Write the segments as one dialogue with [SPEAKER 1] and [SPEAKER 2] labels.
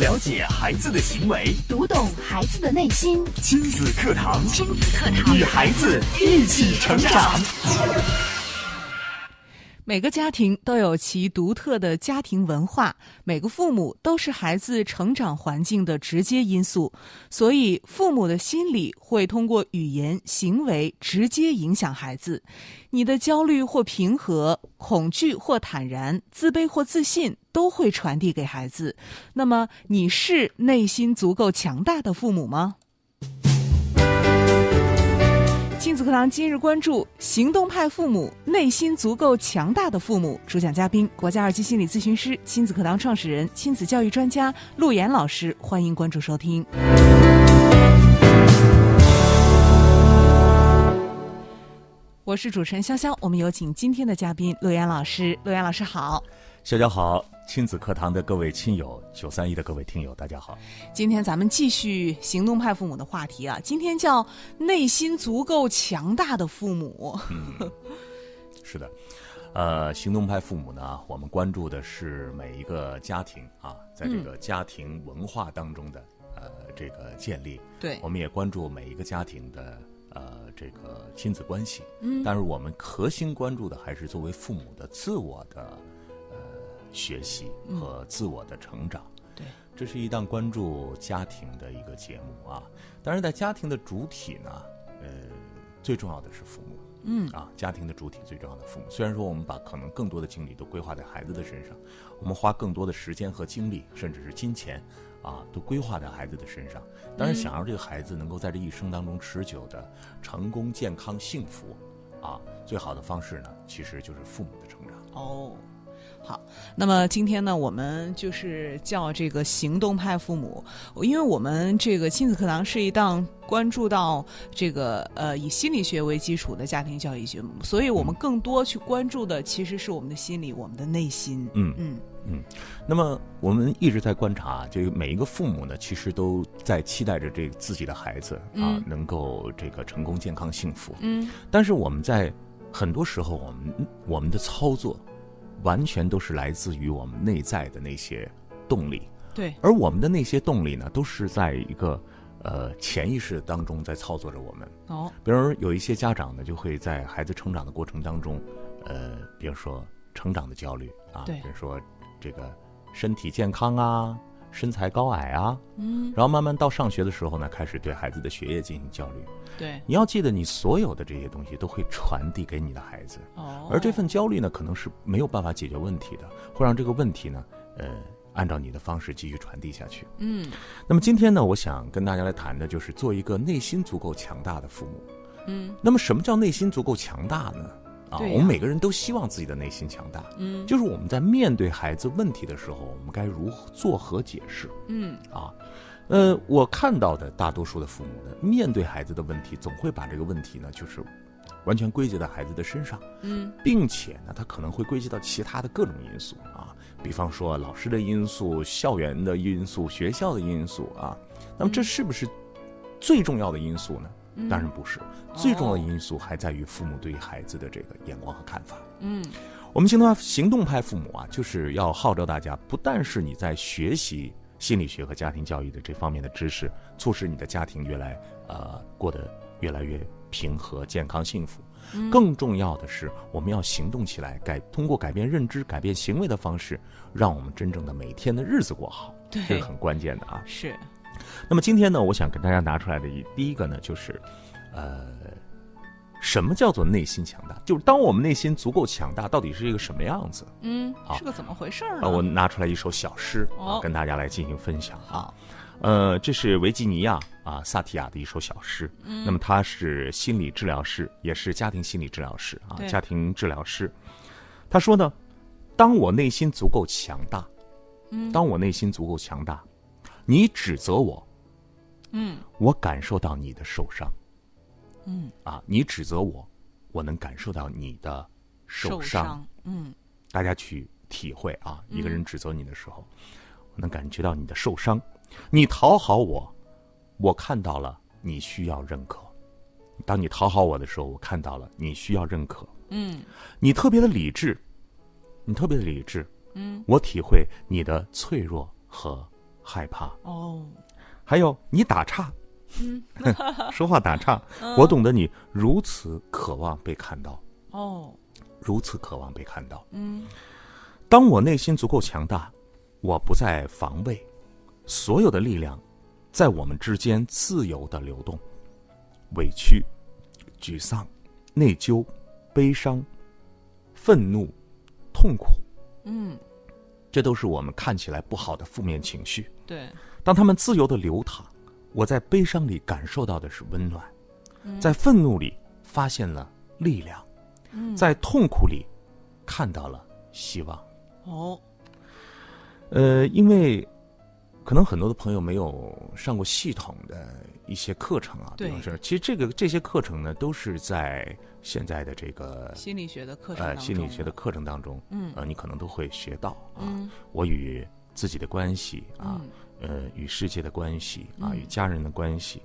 [SPEAKER 1] 了解孩子的行为，
[SPEAKER 2] 读懂孩子的内心。
[SPEAKER 1] 亲子课堂，
[SPEAKER 2] 亲子课堂
[SPEAKER 1] 与孩子一起成长。
[SPEAKER 3] 每个家庭都有其独特的家庭文化，每个父母都是孩子成长环境的直接因素，所以父母的心理会通过语言、行为直接影响孩子。你的焦虑或平和、恐惧或坦然、自卑或自信，都会传递给孩子。那么，你是内心足够强大的父母吗？亲子课堂今日关注：行动派父母，内心足够强大的父母。主讲嘉宾：国家二级心理咨询师、亲子课堂创始人、亲子教育专家陆岩老师。欢迎关注收听。我是主持人潇潇，我们有请今天的嘉宾陆岩老师。陆岩老师好。
[SPEAKER 4] 大家好，亲子课堂的各位亲友，九三一的各位听友，大家好。
[SPEAKER 3] 今天咱们继续行动派父母的话题啊，今天叫内心足够强大的父母。
[SPEAKER 4] 嗯 是的，呃，行动派父母呢，我们关注的是每一个家庭啊，在这个
[SPEAKER 2] 嗯
[SPEAKER 4] 家庭文化当中的、呃这个建立，
[SPEAKER 3] 对
[SPEAKER 4] 我们也关注每一个家庭的呃这个亲子关系，嗯，但是我们核心关注的还是作为父母的自我的呃学习和自我的成长。
[SPEAKER 3] 对，
[SPEAKER 4] 这是一档关注家庭的一个节目啊。当然，在家庭的主体呢，呃，最重要的是父母。嗯啊，家庭的主体最重要的父母。虽然说我们把可能更多的精力都规划在孩子的身上，我们花更多的时间和精力，甚至是金钱，啊，都规划在孩子的身上。但是，想让这个孩子能够在这一生当中持久的成功、健康、幸福，啊，最好的方式呢，其实就是父母的成长。
[SPEAKER 3] 哦，好，那么今天呢，我们就是叫这个行动派父母，因为我们这个亲子课堂是一档关注到这个呃以心理学为基础的家庭教育节目，所以我们更多去关注的其实是我们的心理，我们的内心。
[SPEAKER 4] 嗯
[SPEAKER 3] 嗯，
[SPEAKER 4] 那么我们一直在观察，这个每一个父母呢，其实都在期待着这个自己的孩子啊
[SPEAKER 3] 嗯，
[SPEAKER 4] 能够这个成功、健康、幸福。
[SPEAKER 3] 嗯，
[SPEAKER 4] 但是我们在很多时候，我们我们的操作完全都是来自于我们内在的那些动力，
[SPEAKER 3] 对，
[SPEAKER 4] 而我们的那些动力呢，都是在一个呃潜意识当中在操作着我们。
[SPEAKER 3] 哦，
[SPEAKER 4] 比如有一些家长呢，就会在孩子成长的过程当中，呃，比如说成长的焦虑啊，
[SPEAKER 3] 对
[SPEAKER 4] 比如说这个身体健康啊，身材高矮啊，嗯，然后慢慢到上学的时候呢，开始对孩子的学业进行焦虑。
[SPEAKER 3] 对，
[SPEAKER 4] 你要记得，你所有的这些东西都会传递给你的孩子，
[SPEAKER 3] 哦，
[SPEAKER 4] 而这份焦虑呢，可能是没有办法解决问题的，会让这个问题呢，呃，按照你的方式继续传递下去。
[SPEAKER 3] 嗯
[SPEAKER 4] 那么今天呢，我想跟大家来谈的就是做一个内心足够强大的父母。
[SPEAKER 3] 嗯
[SPEAKER 4] 那么什么叫内心足够强大呢？啊，
[SPEAKER 3] 对呀
[SPEAKER 4] 我们每个人都希望自己的内心强大，
[SPEAKER 3] 嗯
[SPEAKER 4] 就是我们在面对孩子问题的时候，我们该如何做何解释
[SPEAKER 3] 嗯，
[SPEAKER 4] 啊？呃，我看到的大多数的父母呢，面对孩子的问题，总会把这个问题呢，就是完全归结在孩子的身上，
[SPEAKER 3] 嗯，
[SPEAKER 4] 并且呢，他可能会归结到其他的各种因素啊，比方说老师的因素、校园的因素、学校的因素啊。那
[SPEAKER 3] 嗯
[SPEAKER 4] 么这是不是最重要的因素呢？当然不是，最重要的因素还在于父母对于孩子的这个眼光和看法。
[SPEAKER 3] 嗯，
[SPEAKER 4] 我们行动派行动派父母啊，就是要号召大家，不但是你在学习心理学和家庭教育的这方面的知识，促使你的家庭越来呃过得越来越平和、健康、幸福。更重要的是，我们要行动起来，改通过改变认知、改变行为的方式，让我们真正的每天的日子过好，
[SPEAKER 3] 对
[SPEAKER 4] 这是很关键的啊。
[SPEAKER 3] 是，
[SPEAKER 4] 那么今天呢，我想跟大家拿出来的一第一个呢，就是，呃，什么叫做内心强大？就是当我们内心足够强大，到底是一个什么样子？
[SPEAKER 3] 嗯，
[SPEAKER 4] 好
[SPEAKER 3] 是个怎么回事儿
[SPEAKER 4] 啊、
[SPEAKER 3] 呢？
[SPEAKER 4] 我拿出来一首小诗
[SPEAKER 3] 哦
[SPEAKER 4] 啊，跟大家来进行分享啊。
[SPEAKER 3] 好，
[SPEAKER 4] 呃，这是维吉尼亚啊萨提亚的一首小诗。嗯，那么他是心理治疗师，也是家庭心理治疗师啊
[SPEAKER 3] 对，
[SPEAKER 4] 家庭治疗师。他说呢，当我内心足够强大，嗯，当我内心足够强大，你指责我，嗯，我感受到你的受伤，嗯，啊，你指责我，我能感受到你的
[SPEAKER 3] 受
[SPEAKER 4] 伤
[SPEAKER 3] 伤，嗯，
[SPEAKER 4] 大家去体会啊，一个人指责你的时候，我能感觉到你的受伤。你讨好我，我看到了你需要认可。当你讨好我的时候，我看到了你需要认可。嗯，你特别的理智，你特别的理智。嗯，我体会你的脆弱和害怕。
[SPEAKER 3] 哦，
[SPEAKER 4] 还有你打岔，说话打岔，我懂得你如此渴望被看到，
[SPEAKER 3] 哦，
[SPEAKER 4] 如此渴望被看到。
[SPEAKER 3] 嗯，
[SPEAKER 4] 当我内心足够强大，我不再防卫，所有的力量在我们之间自由的流动，委屈、沮丧、内疚、悲伤、愤怒、痛苦，
[SPEAKER 3] 嗯，
[SPEAKER 4] 这都是我们看起来不好的负面情绪。
[SPEAKER 3] 对，
[SPEAKER 4] 当他们自由的流淌，我在悲伤里感受到的是温暖，
[SPEAKER 3] 嗯
[SPEAKER 4] 在愤怒里发现了力量，
[SPEAKER 3] 嗯
[SPEAKER 4] 在痛苦里看到了希望。
[SPEAKER 3] 哦，
[SPEAKER 4] 呃，因为可能很多的朋友没有上过系统的一些课程啊，
[SPEAKER 3] 对
[SPEAKER 4] 比方说，其实这个这些课程呢，都是在现在的这个
[SPEAKER 3] 心理学的嗯课程
[SPEAKER 4] 呃
[SPEAKER 3] 当中
[SPEAKER 4] 心理学的课程当中，嗯，呃，你可能都会学到啊，我与自己的关系啊，呃，与世界的关系啊，与家人的关系。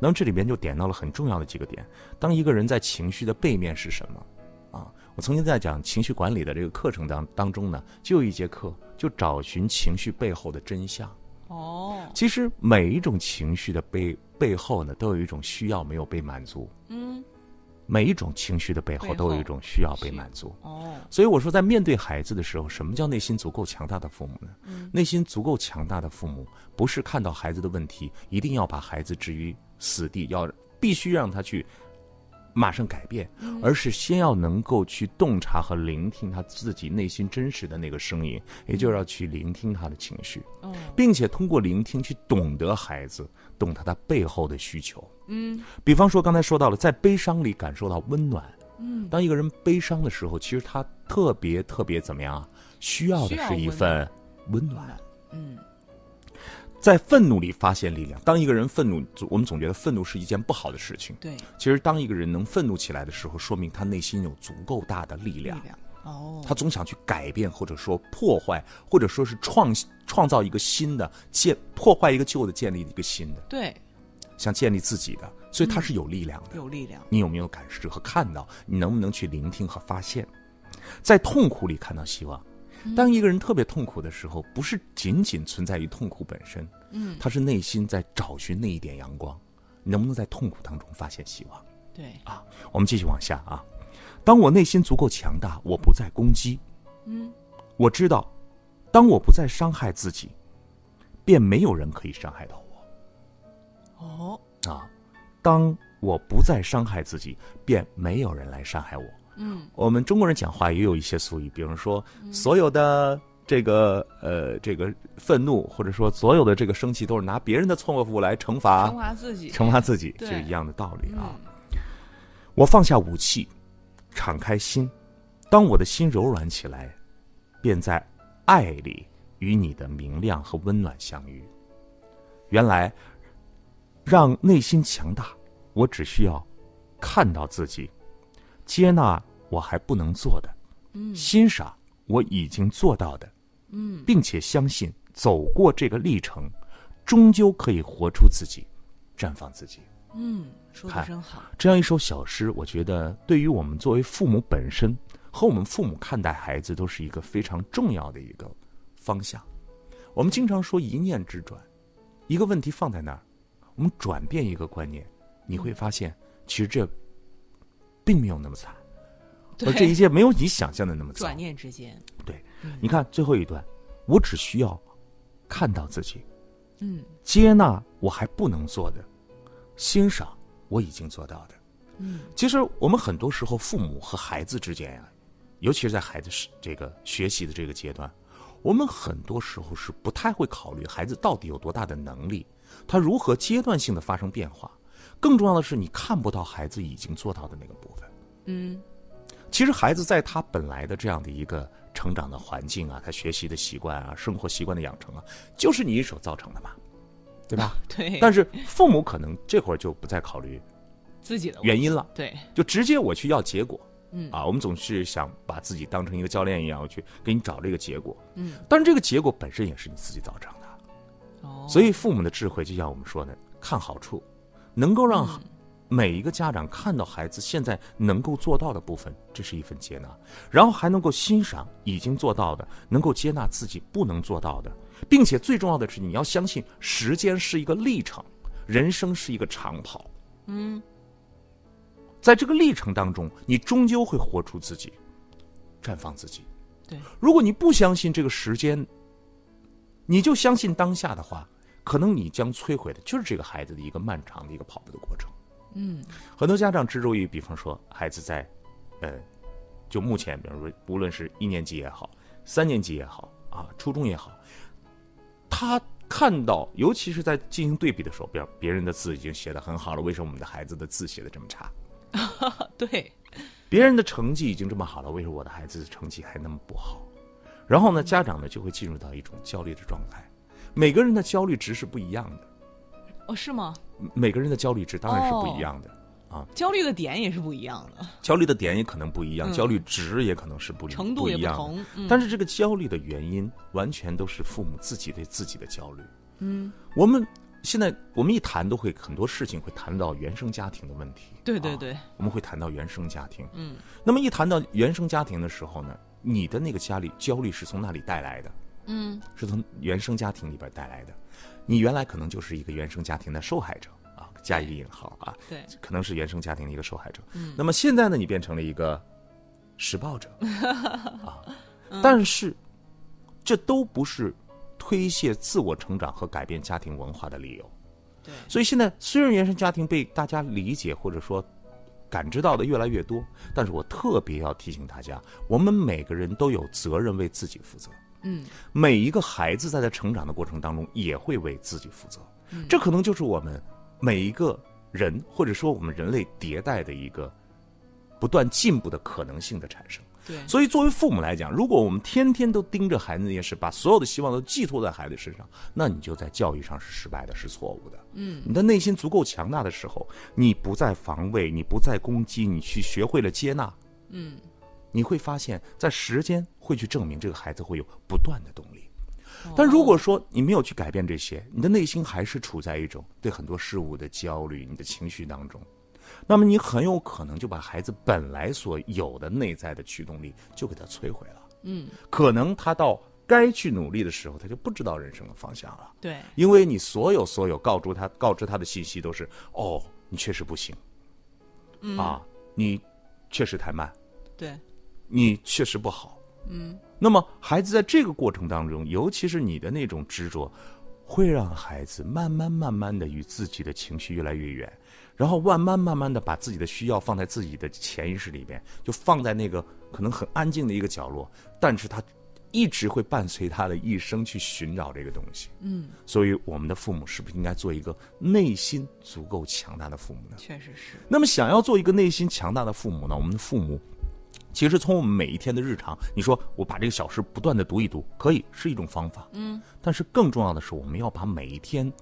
[SPEAKER 4] 那么这里边就点到了很重要的几个点。当一个人在情绪的背面是什么？啊，我曾经在讲情绪管理的这个课程当当中呢，就有一节课就找寻情绪背后的真相。
[SPEAKER 3] 哦，
[SPEAKER 4] 其实每一种情绪的背背后呢，都有一种需要没有被满足。
[SPEAKER 3] 嗯，
[SPEAKER 4] 每一种情绪的背后
[SPEAKER 3] 背
[SPEAKER 4] 都有一
[SPEAKER 3] 后
[SPEAKER 4] 种需要被
[SPEAKER 3] 需
[SPEAKER 4] 满足。
[SPEAKER 3] 哦，
[SPEAKER 4] 所以我说，在面对孩子的时候，什么叫内心足够强大的父母呢？内心足够强大的父母，不是看到孩子的问题，一定要把孩子置于死地，要必须让他去马上改变，而是先要能够去洞察和聆听他自己内心真实的那个声音，也就是要去聆听他的情绪，
[SPEAKER 3] 哦，
[SPEAKER 4] 并且通过聆听去懂得孩子，懂得他背后的需求。
[SPEAKER 3] 嗯，
[SPEAKER 4] 比方说，刚才说到了，在悲伤里感受到温暖。嗯，当一个人悲伤的时候，其实他特别特别怎么样啊？需要的是一份温暖。
[SPEAKER 3] 嗯，
[SPEAKER 4] 在愤怒里发现力量。当一个人愤怒，总我们总觉得愤怒是一件不好的事情。
[SPEAKER 3] 对，力
[SPEAKER 4] 其实，当一个人能愤怒起来的时候，说明他内心有足够大的力量。
[SPEAKER 3] 量，哦，
[SPEAKER 4] 他总想去改变，或者说破坏，或者说是创创造一个新的建，破坏一个旧的，建立一个新的，
[SPEAKER 3] 对，
[SPEAKER 4] 想建立自己的，所以他是有力量的。
[SPEAKER 3] 有力量，
[SPEAKER 4] 你有没有感知和看到？你能不能去聆听和发现？在痛苦里看到希望。当一个人特别痛苦的时候，不是仅仅存在于痛苦本身，嗯，他是内心在找寻那一点阳光。你能不能在痛苦当中发现希望？
[SPEAKER 3] 对，
[SPEAKER 4] 我们继续往下啊。当我内心足够强大，我不再攻击。嗯，我知道，当我不再伤害自己，便没有人可以伤害到我。
[SPEAKER 3] 哦，
[SPEAKER 4] 啊，当我不再伤害自己，便没有人来伤害我。
[SPEAKER 3] 嗯，
[SPEAKER 4] 我们中国人讲话也有一些俗语，比如说所有的这个呃这个愤怒，或者说所有的这个生气，都是拿别人的错误来惩罚
[SPEAKER 3] 升华自己，
[SPEAKER 4] 惩罚自己，
[SPEAKER 3] 对
[SPEAKER 4] 是一样的道理啊。我放下武器，敞开心，当我的心柔软起来，便在爱里与你的明亮和温暖相遇。原来，让内心强大，我只需要看到自己，接纳我还不能做的，欣赏我已经做到的，并且相信走过这个历程，终究可以活出自己，绽放自己。
[SPEAKER 3] 嗯，说的
[SPEAKER 4] 看
[SPEAKER 3] 真好，
[SPEAKER 4] 这样一首小诗，我觉得对于我们作为父母本身和我们父母看待孩子，都是一个非常重要的一个方向。我们经常说一念之转，一个问题放在那儿，我们转变一个观念，你会发现，其实这并没有那么惨，而
[SPEAKER 3] 对，
[SPEAKER 4] 这一切没有你想象的那么惨
[SPEAKER 3] 转。念之间，
[SPEAKER 4] 对，你看最后一段，我只需要看到自己，
[SPEAKER 3] 嗯，
[SPEAKER 4] 接纳我还不能做的，欣赏我已经做到的。嗯，其实我们很多时候，父母和孩子之间呀、尤其是在孩子是这个学习的这个阶段，我们很多时候是不太会考虑孩子到底有多大的能力，他如何阶段性的发生变化。更重要的是，你看不到孩子已经做到的那个部分。
[SPEAKER 3] 嗯，
[SPEAKER 4] 其实孩子在他本来的这样的一个成长的环境啊，他学习的习惯啊，生活习惯的养成啊，就是你一手造成的嘛，对吧？
[SPEAKER 3] 对，
[SPEAKER 4] 但是父母可能这会儿就不再考虑
[SPEAKER 3] 自己的
[SPEAKER 4] 原因了，
[SPEAKER 3] 对，
[SPEAKER 4] 就直接我去要结果。嗯啊，我们总是想把自己当成一个教练一样，我去给你找这个结果。嗯，但是这个结果本身也是你自己造成的。
[SPEAKER 3] 哦，
[SPEAKER 4] 所以父母的智慧，就像我们说的，看好处，能够让每一个家长看到孩子现在能够做到的部分，这是一份接纳，然后还能够欣赏已经做到的，能够接纳自己不能做到的，并且最重要的是，你要相信时间是一个历程，人生是一个长跑。嗯，在这个历程当中，你终究会活出自己，绽放自己。
[SPEAKER 3] 对，
[SPEAKER 4] 如果你不相信这个时间，你就相信当下的话，可能你将摧毁的就是这个孩子的一个漫长的一个跑步的过程。嗯，很多家长执着于，比方说孩子在，呃，就目前，比如说无论是一年级也好，三年级也好啊，初中也好，他看到，尤其是在进行对比的时候，比方别人的字已经写得很好了，为什么我们的孩子的字写得这么差？
[SPEAKER 3] 呃对，
[SPEAKER 4] 别人的成绩已经这么好了，为什么我的孩子的成绩还那么不好？然后呢，家长呢就会进入到一种焦虑的状态。每个人的焦虑值是不一样的，
[SPEAKER 3] 哦，是吗？
[SPEAKER 4] 每个人的焦虑值当然是不一
[SPEAKER 3] 哦
[SPEAKER 4] 样的，
[SPEAKER 3] 焦虑的点也是不一样的，
[SPEAKER 4] 焦虑的点也可能不一样，焦虑值也可能是不一
[SPEAKER 3] 嗯程度也
[SPEAKER 4] 不
[SPEAKER 3] 不
[SPEAKER 4] 一样的
[SPEAKER 3] 同嗯
[SPEAKER 4] 但是这个焦虑的原因完全都是父母自己对自己的焦虑。嗯，我们现在我们一谈都会很多事情会谈到原生家庭的问题。
[SPEAKER 3] 对对
[SPEAKER 4] 啊
[SPEAKER 3] 对
[SPEAKER 4] 我们会谈到原生家庭。嗯，那么一谈到原生家庭的时候呢，你的那个家里焦虑是从那里带来的？嗯，是从原生家庭里边带来的。你原来可能就是一个原生家庭的受害者啊，加一个引号啊，
[SPEAKER 3] 对，
[SPEAKER 4] 可能是原生家庭的一个受害者。嗯，那么现在呢，你变成了一个施暴 者啊，但是这都不是推卸自我成长和改变家庭文化的理由。
[SPEAKER 3] 对
[SPEAKER 4] 所以现在虽然原生家庭被大家理解或者说感知到的越来越多，但是我特别要提醒大家，我们每个人都有责任为自己负责。
[SPEAKER 3] 嗯，
[SPEAKER 4] 每一个孩子在他成长的过程当中，也会为自己负责。这可能就是我们每一个人，或者说我们人类迭代的一个不断进步的可能性的产生。
[SPEAKER 3] 对，
[SPEAKER 4] 所以，作为父母来讲，如果我们天天都盯着孩子那件事，把所有的希望都寄托在孩子身上，那你就在教育上是失败的，是错误的。嗯，你的内心足够强大的时候，你不再防卫，你不再攻击，你去学会了接纳。嗯，你会发现在时间会去证明这个孩子会有不断的动力。
[SPEAKER 3] 哦
[SPEAKER 4] 但如果说你没有去改变这些，你的内心还是处在一种对很多事物的焦虑、你的情绪当中，那么你很有可能就把孩子本来所有的内在的驱动力就给他摧毁了。嗯，可能他到该去努力的时候，他就不知道人生的方向了。
[SPEAKER 3] 对
[SPEAKER 4] 因为你所有所有告知他告知他的信息都是哦，你确实不行，啊，你确实太慢，
[SPEAKER 3] 对
[SPEAKER 4] 你确实不好。嗯，那么孩子在这个过程当中，尤其是你的那种执着，会让孩子慢慢慢慢的与自己的情绪越来越远，然后慢慢慢慢的把自己的需要放在自己的潜意识里边，就放在那个可能很安静的一个角落，但是他一直会伴随他的一生去寻找这个东西。嗯，所以我们的父母是不是应该做一个内心足够强大的父母呢？
[SPEAKER 3] 确实是，
[SPEAKER 4] 那么，想要做一个内心强大的父母呢，我们的父母。其实从我们每一天的日常，你说我把这个小事不断的读一读，可以是一种方法，嗯，但是更重要的是，我们要把每一天，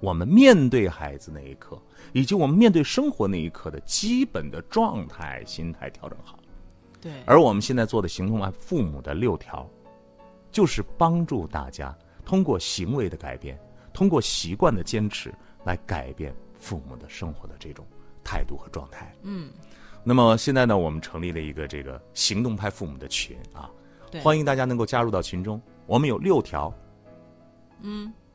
[SPEAKER 4] 我们面对孩子那一刻，以及我们面对生活那一刻的基本的状态、心态调整好。
[SPEAKER 3] 对
[SPEAKER 4] 而我们现在做的行动爱父母的六条，就是帮助大家通过行为的改变，通过习惯的坚持来改变父母的生活的这种态度和状态。嗯，那么现在呢，我们成立了一个这个行动派父母的群啊，
[SPEAKER 3] 对，
[SPEAKER 4] 欢
[SPEAKER 3] 迎
[SPEAKER 4] 迎大家能够加入到群中。我们有六条，嗯，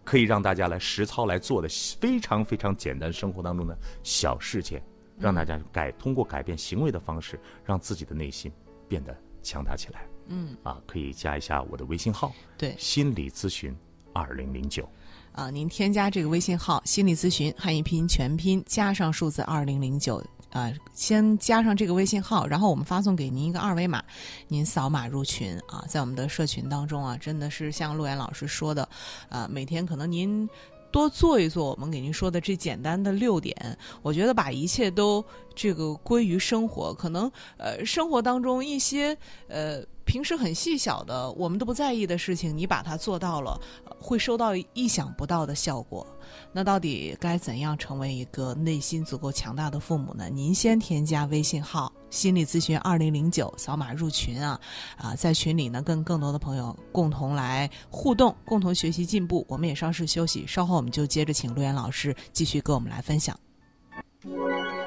[SPEAKER 4] 可以让大家来实操来做的非常非常简单生活当中的小事件，让大家改通过改变行为的方式，让自己的内心变得强大起来。嗯，啊，可以加一下我的微信号，
[SPEAKER 3] 对
[SPEAKER 4] 心理咨询二零零九。
[SPEAKER 3] 啊，您添加这个微信号“心理咨询”汉语拼音全拼加上数字二零零九。啊，先加上这个微信号，然后我们发送给您一个二维码，您扫码入群啊。在我们的社群当中啊，真的是像陆岩老师说的，啊，每天可能您多做一做我们给您说的这简单的六点，我觉得把一切都这个归于生活，可能呃生活当中一些呃平时很细小的我们都不在意的事情，你把它做到了，呃会收到意想不到的效果。那到底该怎样成为一个内心足够强大的父母呢？您先添加微信号“心理咨询二零零九”，扫码入群啊啊，在群里呢跟更多的朋友共同来互动，共同学习进步。我们也稍事休息，稍后我们就接着请陆岩老师继续跟我们来分享。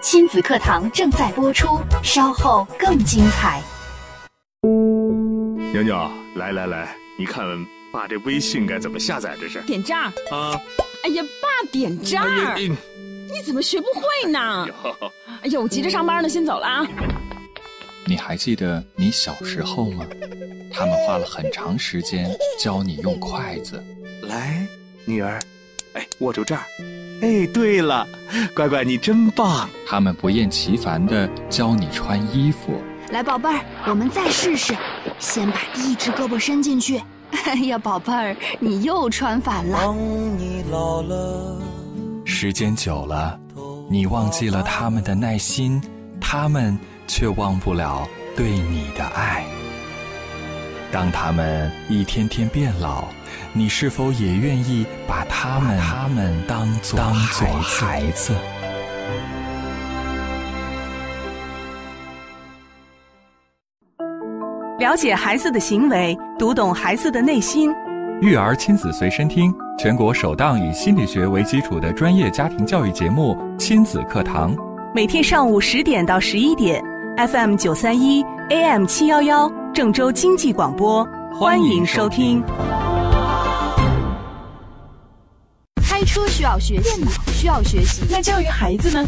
[SPEAKER 2] 亲子课堂正在播出，稍后更精彩。
[SPEAKER 1] 娘娘，来来来，你看爸，这微信该怎么下载？这是
[SPEAKER 5] 点这儿。
[SPEAKER 1] 啊，
[SPEAKER 5] 哎呀，爸，点这儿，
[SPEAKER 1] 哎呀
[SPEAKER 5] 你怎么学不会呢
[SPEAKER 1] 哎？呦
[SPEAKER 5] 哎呀，我急着上班呢，先走了啊。
[SPEAKER 6] 你还记得你小时候吗？他们花了很长时间教你用筷子。
[SPEAKER 1] 来，女儿，哎，握住这儿。哎，对了，乖乖，你真棒。
[SPEAKER 6] 他们不厌其烦地教你穿衣服，
[SPEAKER 2] 来，宝贝儿，我们再试试。先把一只胳膊伸进去。哎 呀，宝贝儿，你又穿反了。
[SPEAKER 6] 时间久了，你忘记了他们的耐心，他们却忘不了对你的爱。当他们一天天变老，你是否也愿意把他们他们当做当做孩子？
[SPEAKER 3] 了解孩子的行为，读懂孩子的内心。
[SPEAKER 6] 育儿亲子随身听，全国首档以心理学为基础的专业家庭教育节目《亲子课堂》。
[SPEAKER 3] 每天上午十点到十一点，FM 九三一，AM 七幺幺，郑州经济广播，欢迎收听。
[SPEAKER 2] 开车需要学习，电脑需要学习。
[SPEAKER 3] 那教育孩子呢？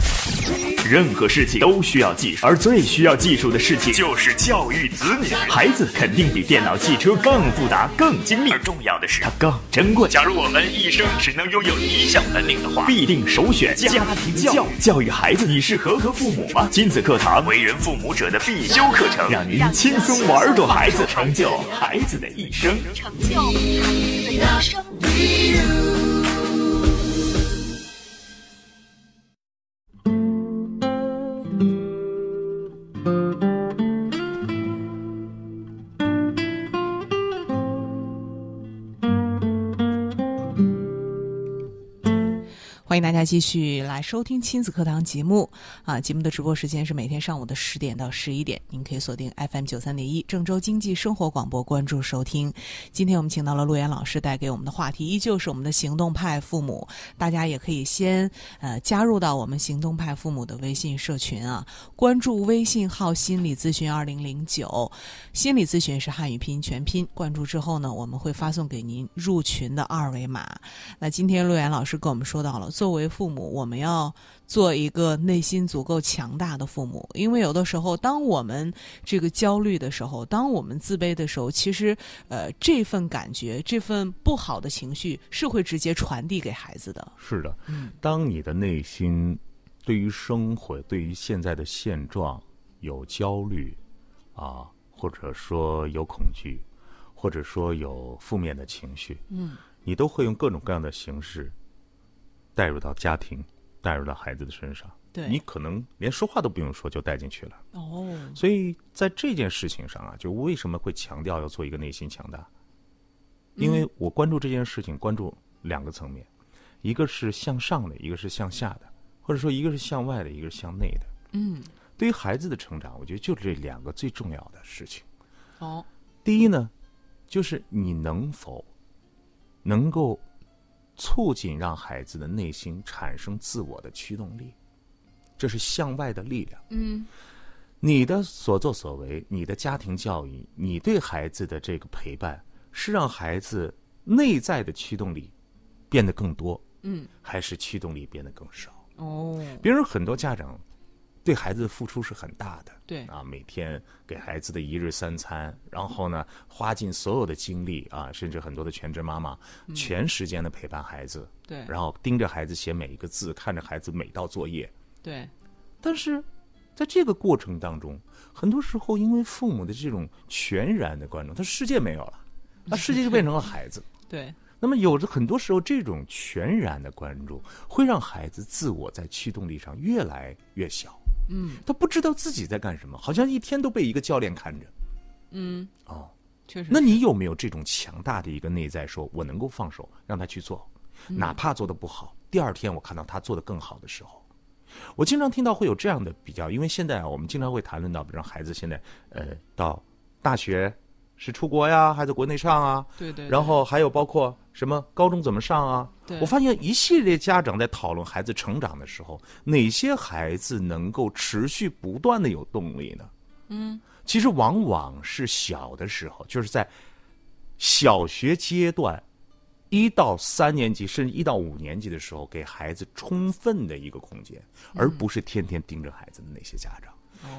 [SPEAKER 1] 任何事情都需要技术，而最需要技术的事情就是教育子女。孩子肯定比电脑、汽车更复杂、更精密，而重要的是，它更珍贵。假如我们一生只能拥有一项本领的话，必定首选家庭教育。教育孩子，你是合格父母吗？亲子课堂，为人父母者的必修课程，让您轻松玩转孩子，成就孩子的一生。
[SPEAKER 2] 成就孩子的一生。
[SPEAKER 3] 欢迎大家继续来收听亲子课堂节目啊！节目的直播时间是每天上午的十点到十一点，您可以锁定 FM 九三点一郑州经济生活广播关注收听。今天我们请到了陆岩老师带给我们的话题依旧是我们的行动派父母，大家也可以先呃加入到我们行动派父母的微信社群啊，关注微信号心理咨询二零零九，心理咨询是汉语拼音全拼，关注之后呢，我们会发送给您入群的二维码。那今天陆岩老师跟我们说到了，作为父母，我们要做一个内心足够强大的父母，因为有的时候，当我们这个焦虑的时候，当我们自卑的时候，其实呃，这份感觉，这份不好的情绪是会直接传递给孩子的。
[SPEAKER 4] 是的，当你的内心对于生活、对于现在的现状有焦虑啊，或者说有恐惧，或者说有负面的情绪，嗯，你都会用各种各样的形式带入到家庭，带入到孩子的身上。
[SPEAKER 3] 对
[SPEAKER 4] 你可能连说话都不用说就带进去了。
[SPEAKER 3] 哦，
[SPEAKER 4] 所以在这件事情上啊，就为什么会强调要做一个内心强大？因为我关注这件事情，关注两个层面，一个是向上的，一个是向下的，或者说一个是向外的，一个是向内的。嗯，对于孩子的成长，我觉得就这两个最重要的事情。
[SPEAKER 3] 哦，
[SPEAKER 4] 第一呢，就是你能否能够促进让孩子的内心产生自我的驱动力，这是向外的力量。嗯，你的所作所为，你的家庭教育，你对孩子的这个陪伴，是让孩子内在的驱动力变得更多，嗯，还是驱动力变得更少？
[SPEAKER 3] 哦，
[SPEAKER 4] 别人很多家长对孩子的付出是很大的，
[SPEAKER 3] 对
[SPEAKER 4] 啊，每天给孩子的一日三餐，然后呢，花尽所有的精力啊，甚至很多的全职妈妈，全时间的陪伴孩子，
[SPEAKER 3] 嗯对
[SPEAKER 4] 然后盯着孩子写每一个字，看着孩子每道作业。
[SPEAKER 3] 对，
[SPEAKER 4] 但是在这个过程当中，很多时候因为父母的这种全然的关注，他世界没有了，那世界就变成了孩子。
[SPEAKER 3] 对，
[SPEAKER 4] 那么有着很多时候这种全然的关注，会让孩子自我在驱动力上越来越小。嗯，他不知道自己在干什么，好像一天都被一个教练看着。
[SPEAKER 3] 确实
[SPEAKER 4] 那你有没有这种强大的一个内在说，我能够放手让他去做，哪怕做的不好，第二天我看到他做的更好的时候，我经常听到会有这样的比较，因为现在啊，我们经常会谈论到，比如让孩子现在呃到大学是出国呀，还在国内上啊，
[SPEAKER 3] 对对对
[SPEAKER 4] 然后还有包括什么高中怎么上啊
[SPEAKER 3] 对，
[SPEAKER 4] 我发现一系列家长在讨论孩子成长的时候，哪些孩子能够持续不断的有
[SPEAKER 3] 嗯
[SPEAKER 4] 动力呢？其实往往是小的时候，就是在小学阶段，一到三年级甚至一到五年级的时候，给孩子充分的一个空间，而
[SPEAKER 3] 嗯
[SPEAKER 4] 不是天天盯着孩子的那些家长。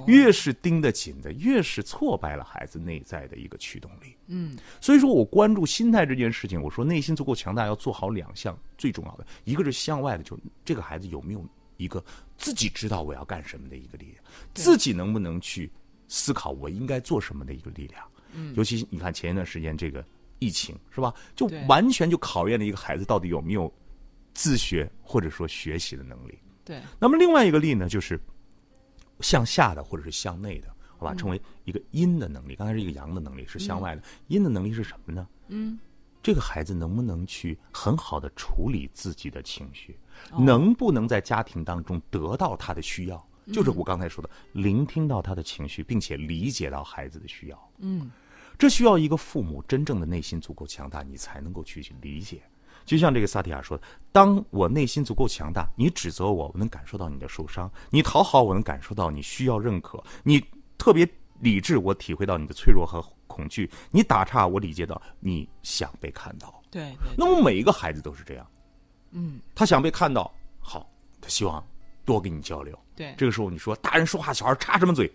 [SPEAKER 4] 越是盯得紧的，越是挫败了孩子内在的一个驱动力。嗯，所以说我关注心态这件事情，我说内心足够强大，要做好两项最重要的，一个是向外的，就是这个孩子有没有一个自己知道我要干什么的一个力量，自己能不能去思考我应该做什么的一个力量。嗯，尤其你看前一段时间这个疫情是吧，就
[SPEAKER 3] 对
[SPEAKER 4] 完全就考验了一个孩子到底有没有自学或者说学习的能力。
[SPEAKER 3] 对，
[SPEAKER 4] 那么另外一个力呢，就是向下的或者是向内的，好吧，称为一个阴的能力。刚才是一个阳的能力，是向外的。阴的能力是什么呢？嗯，这个孩子能不能去很好的处理自己的情绪，能不能在家庭当中得到他的需要？就是我刚才说的，聆听到他的情绪，并且理解到孩子的需要。这需要一个父母真正的内心足够强大，你才能够去理解。就像这个萨提亚说的：“当我内心足够强大，你指责我，我能感受到你的受伤；你讨好，我能感受到你需要认可；你特别理智，我体会到你的脆弱和恐惧；你打岔，我理解到你想被看到。”
[SPEAKER 3] 对，
[SPEAKER 4] 那么每一个孩子都是这样，嗯，他想被看到，好，他希望多跟你交流。
[SPEAKER 3] 对
[SPEAKER 4] 这个时候你说大人说话，小孩插什么嘴，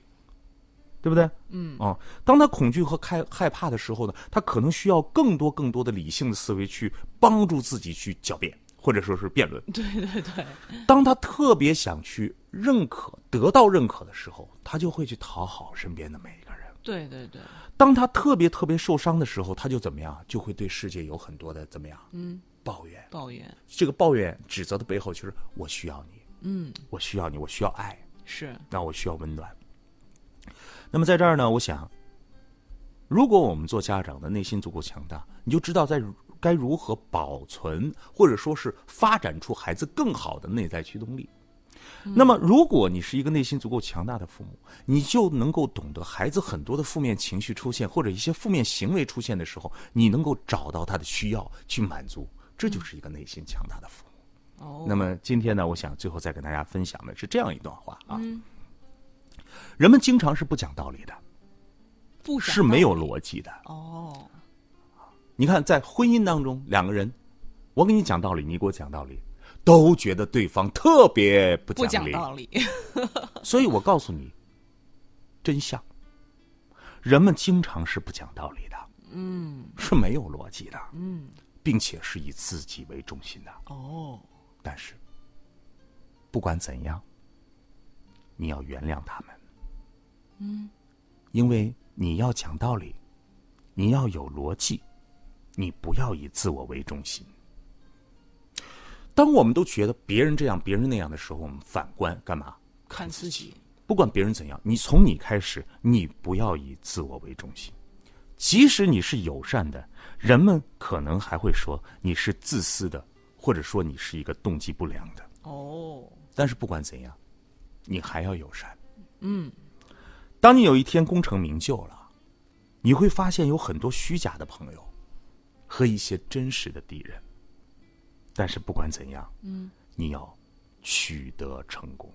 [SPEAKER 4] 对不对？嗯，啊、当他恐惧和害害怕的时候呢，他可能需要更多更多的理性的思维去帮助自己去狡辩，或者说是辩论。
[SPEAKER 3] 对对对，
[SPEAKER 4] 当他特别想去认可、得到认可的时候，他就会去讨好身边的每一个人。
[SPEAKER 3] 对对对，
[SPEAKER 4] 当他特别特别受伤的时候，他就怎么样？就会对世界有很多的怎么样？嗯，抱怨。
[SPEAKER 3] 抱怨
[SPEAKER 4] 这个抱怨、指责的背后，就是我需要你，嗯，我需要你，我需要爱，
[SPEAKER 3] 是
[SPEAKER 4] 那我需要温暖。那么在这儿呢，我想，如果我们做家长的内心足够强大，你就知道在该如何保存，或者说是发展出孩子更好的内在驱动力。那么，如果你是一个内心足够强大的父母，你就能够懂得孩子很多的负面情绪出现或者一些负面行为出现的时候，你能够找到他的需要去满足，这就是一个内心强大的父母。
[SPEAKER 3] 哦，
[SPEAKER 4] 那么今天呢，我想最后再跟大家分享的是这样一段话啊。人们经常是不讲道理的，
[SPEAKER 3] 不想
[SPEAKER 4] 是没有
[SPEAKER 3] 道理
[SPEAKER 4] 逻辑的。
[SPEAKER 3] 哦，
[SPEAKER 4] 你看，在婚姻当中，两个人，我给你讲道理，你给我讲道理，都觉得对方特别不
[SPEAKER 3] 不
[SPEAKER 4] 讲
[SPEAKER 3] 讲
[SPEAKER 4] 理。
[SPEAKER 3] 道理，
[SPEAKER 4] 所以我告诉你，真相。人们经常是不讲道理的，嗯，是没有逻辑的，嗯，并且是以自己为中心的。
[SPEAKER 3] 哦，
[SPEAKER 4] 但是，不管怎样，你要原谅他们。嗯，因为你要讲道理，你要有逻辑，你不要以自我为中心。当我们都觉得别人这样、别人那样的时候，我们反观干嘛？
[SPEAKER 3] 看自己，
[SPEAKER 4] 不管别人怎样，你从你开始，你不要以自我为中心。即使你是友善的，人们可能还会说你是自私的，或者说你是一个动机不良的。
[SPEAKER 3] 哦，
[SPEAKER 4] 但是不管怎样，你还要友善。嗯，当你有一天功成名就了，你会发现有很多虚假的朋友和一些真实的敌人。但是不管怎样，嗯，你要取得成功。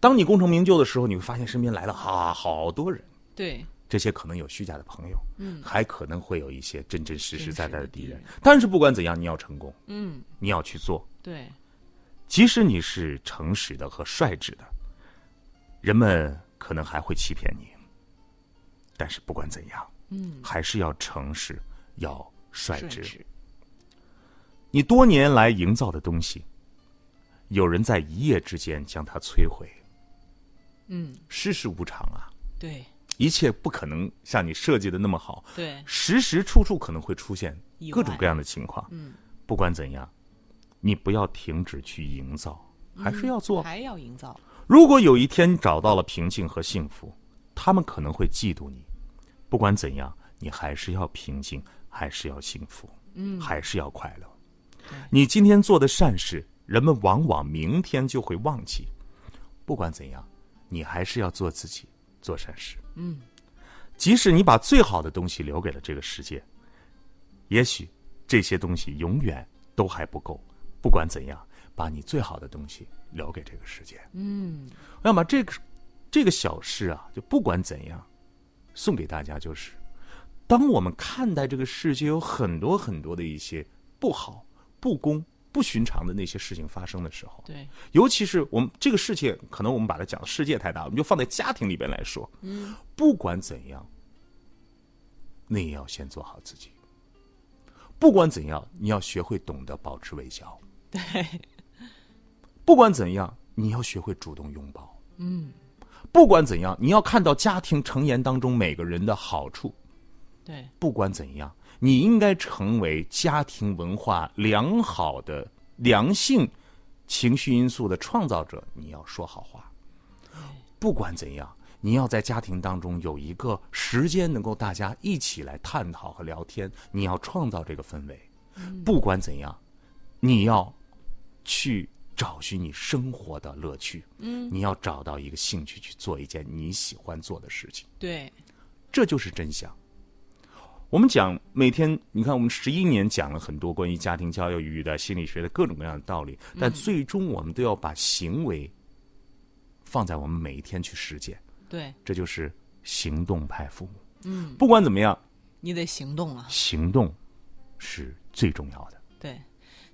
[SPEAKER 4] 当你功成名就的时候，你会发现身边来了啊好多人，
[SPEAKER 3] 对，
[SPEAKER 4] 这些可能有虚假的朋友，嗯，还可能会有一些真真实实在在的敌
[SPEAKER 3] 真
[SPEAKER 4] 人
[SPEAKER 3] 实的。
[SPEAKER 4] 但是不管怎样，你要成功，
[SPEAKER 3] 嗯，
[SPEAKER 4] 你要去做，
[SPEAKER 3] 对，
[SPEAKER 4] 即使你是诚实的和率直的，人们可能还会欺骗你。但是不管怎样，嗯，还是要诚实，要率
[SPEAKER 3] 顺
[SPEAKER 4] 直。
[SPEAKER 3] 直，
[SPEAKER 4] 你多年来营造的东西，有人在一夜之间将它摧毁。嗯，世事无常啊，
[SPEAKER 3] 对
[SPEAKER 4] 一切不可能像你设计的那么好。
[SPEAKER 3] 对，
[SPEAKER 4] 时时处处可能会出现
[SPEAKER 3] 意
[SPEAKER 4] 各种
[SPEAKER 3] 外
[SPEAKER 4] 各样的情况。嗯，不管怎样，你不要停止去营造，嗯还是要做。
[SPEAKER 3] 还要营造，
[SPEAKER 4] 如果有一天找到了平静和幸福，他们可能会嫉妒你。不管怎样，你还是要平静，还是要幸福，嗯，还是要快乐。你今天做的善事，人们往往明天就会忘记。不管怎样，你还是要做自己，做善事。嗯，即使你把最好的东西留给了这个世界，也许这些东西永远都还不够。不管怎样，把你最好的东西留给这个世界。那么这个这个小事啊，就不管怎样，送给大家就是，当我们看待这个世界有很多很多的一些不好、不公、不寻常的那些事情发生的时候，
[SPEAKER 3] 对，
[SPEAKER 4] 尤其是我们这个世界，可能我们把它讲的世界太大，我们就放在家庭里边来说。嗯，不管怎样，你也要先做好自己。不管怎样，你要学会懂得保持微笑。对，不管怎样，你要学会主动拥抱。嗯，不管怎样，你要看到家庭成员当中每个人的好处。
[SPEAKER 3] 对，
[SPEAKER 4] 不管怎样，你应该成为家庭文化良好的良性情绪因素的创造者。你要说好话，不管怎样，你要在家庭当中有一个时间能够大家一起来探讨和聊天。你要创造这个氛围，不管怎样，你要去找寻你生活的乐趣。嗯，你要找到一个兴趣去做一件你喜欢做的事情。
[SPEAKER 3] 对，
[SPEAKER 4] 这就是真相。我们讲每天，你看我们十一年讲了很多关于家庭教育的心理学的各种各样的道理，但最终我们都要把行为放在我们每一天去实践，
[SPEAKER 3] 对，
[SPEAKER 4] 这就是行动派父母。嗯，不管怎么样，
[SPEAKER 3] 你得行动啊。
[SPEAKER 4] 行动是最重要的。
[SPEAKER 3] 对，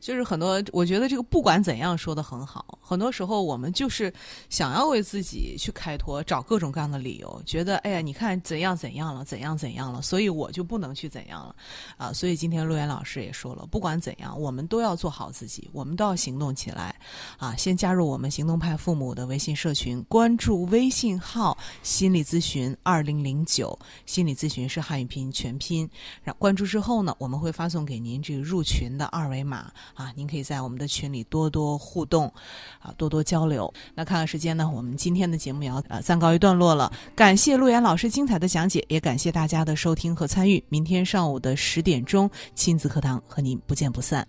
[SPEAKER 3] 就是很多，我觉得这个不管怎样说的很好。很多时候我们就是想要为自己去开脱，找各种各样的理由，觉得哎呀，你看怎样怎样了，怎样怎样了，所以我就不能去怎样了啊。所以今天陆岩老师也说了，不管怎样，我们都要做好自己，我们都要行动起来啊。先加入我们行动派父母的微信社群，关注微信号“心理咨询二零零九”，心理咨询是汉语拼音全拼。然后关注之后呢，我们会发送给您这个入群的二维码啊，您可以在我们的群里多多互动，啊，多多交流。那看看时间呢，我们今天的节目也要呃暂告一段落了。感谢陆岩老师精彩的讲解，也感谢大家的收听和参与。明天上午的十点钟，亲子课堂和您不见不散。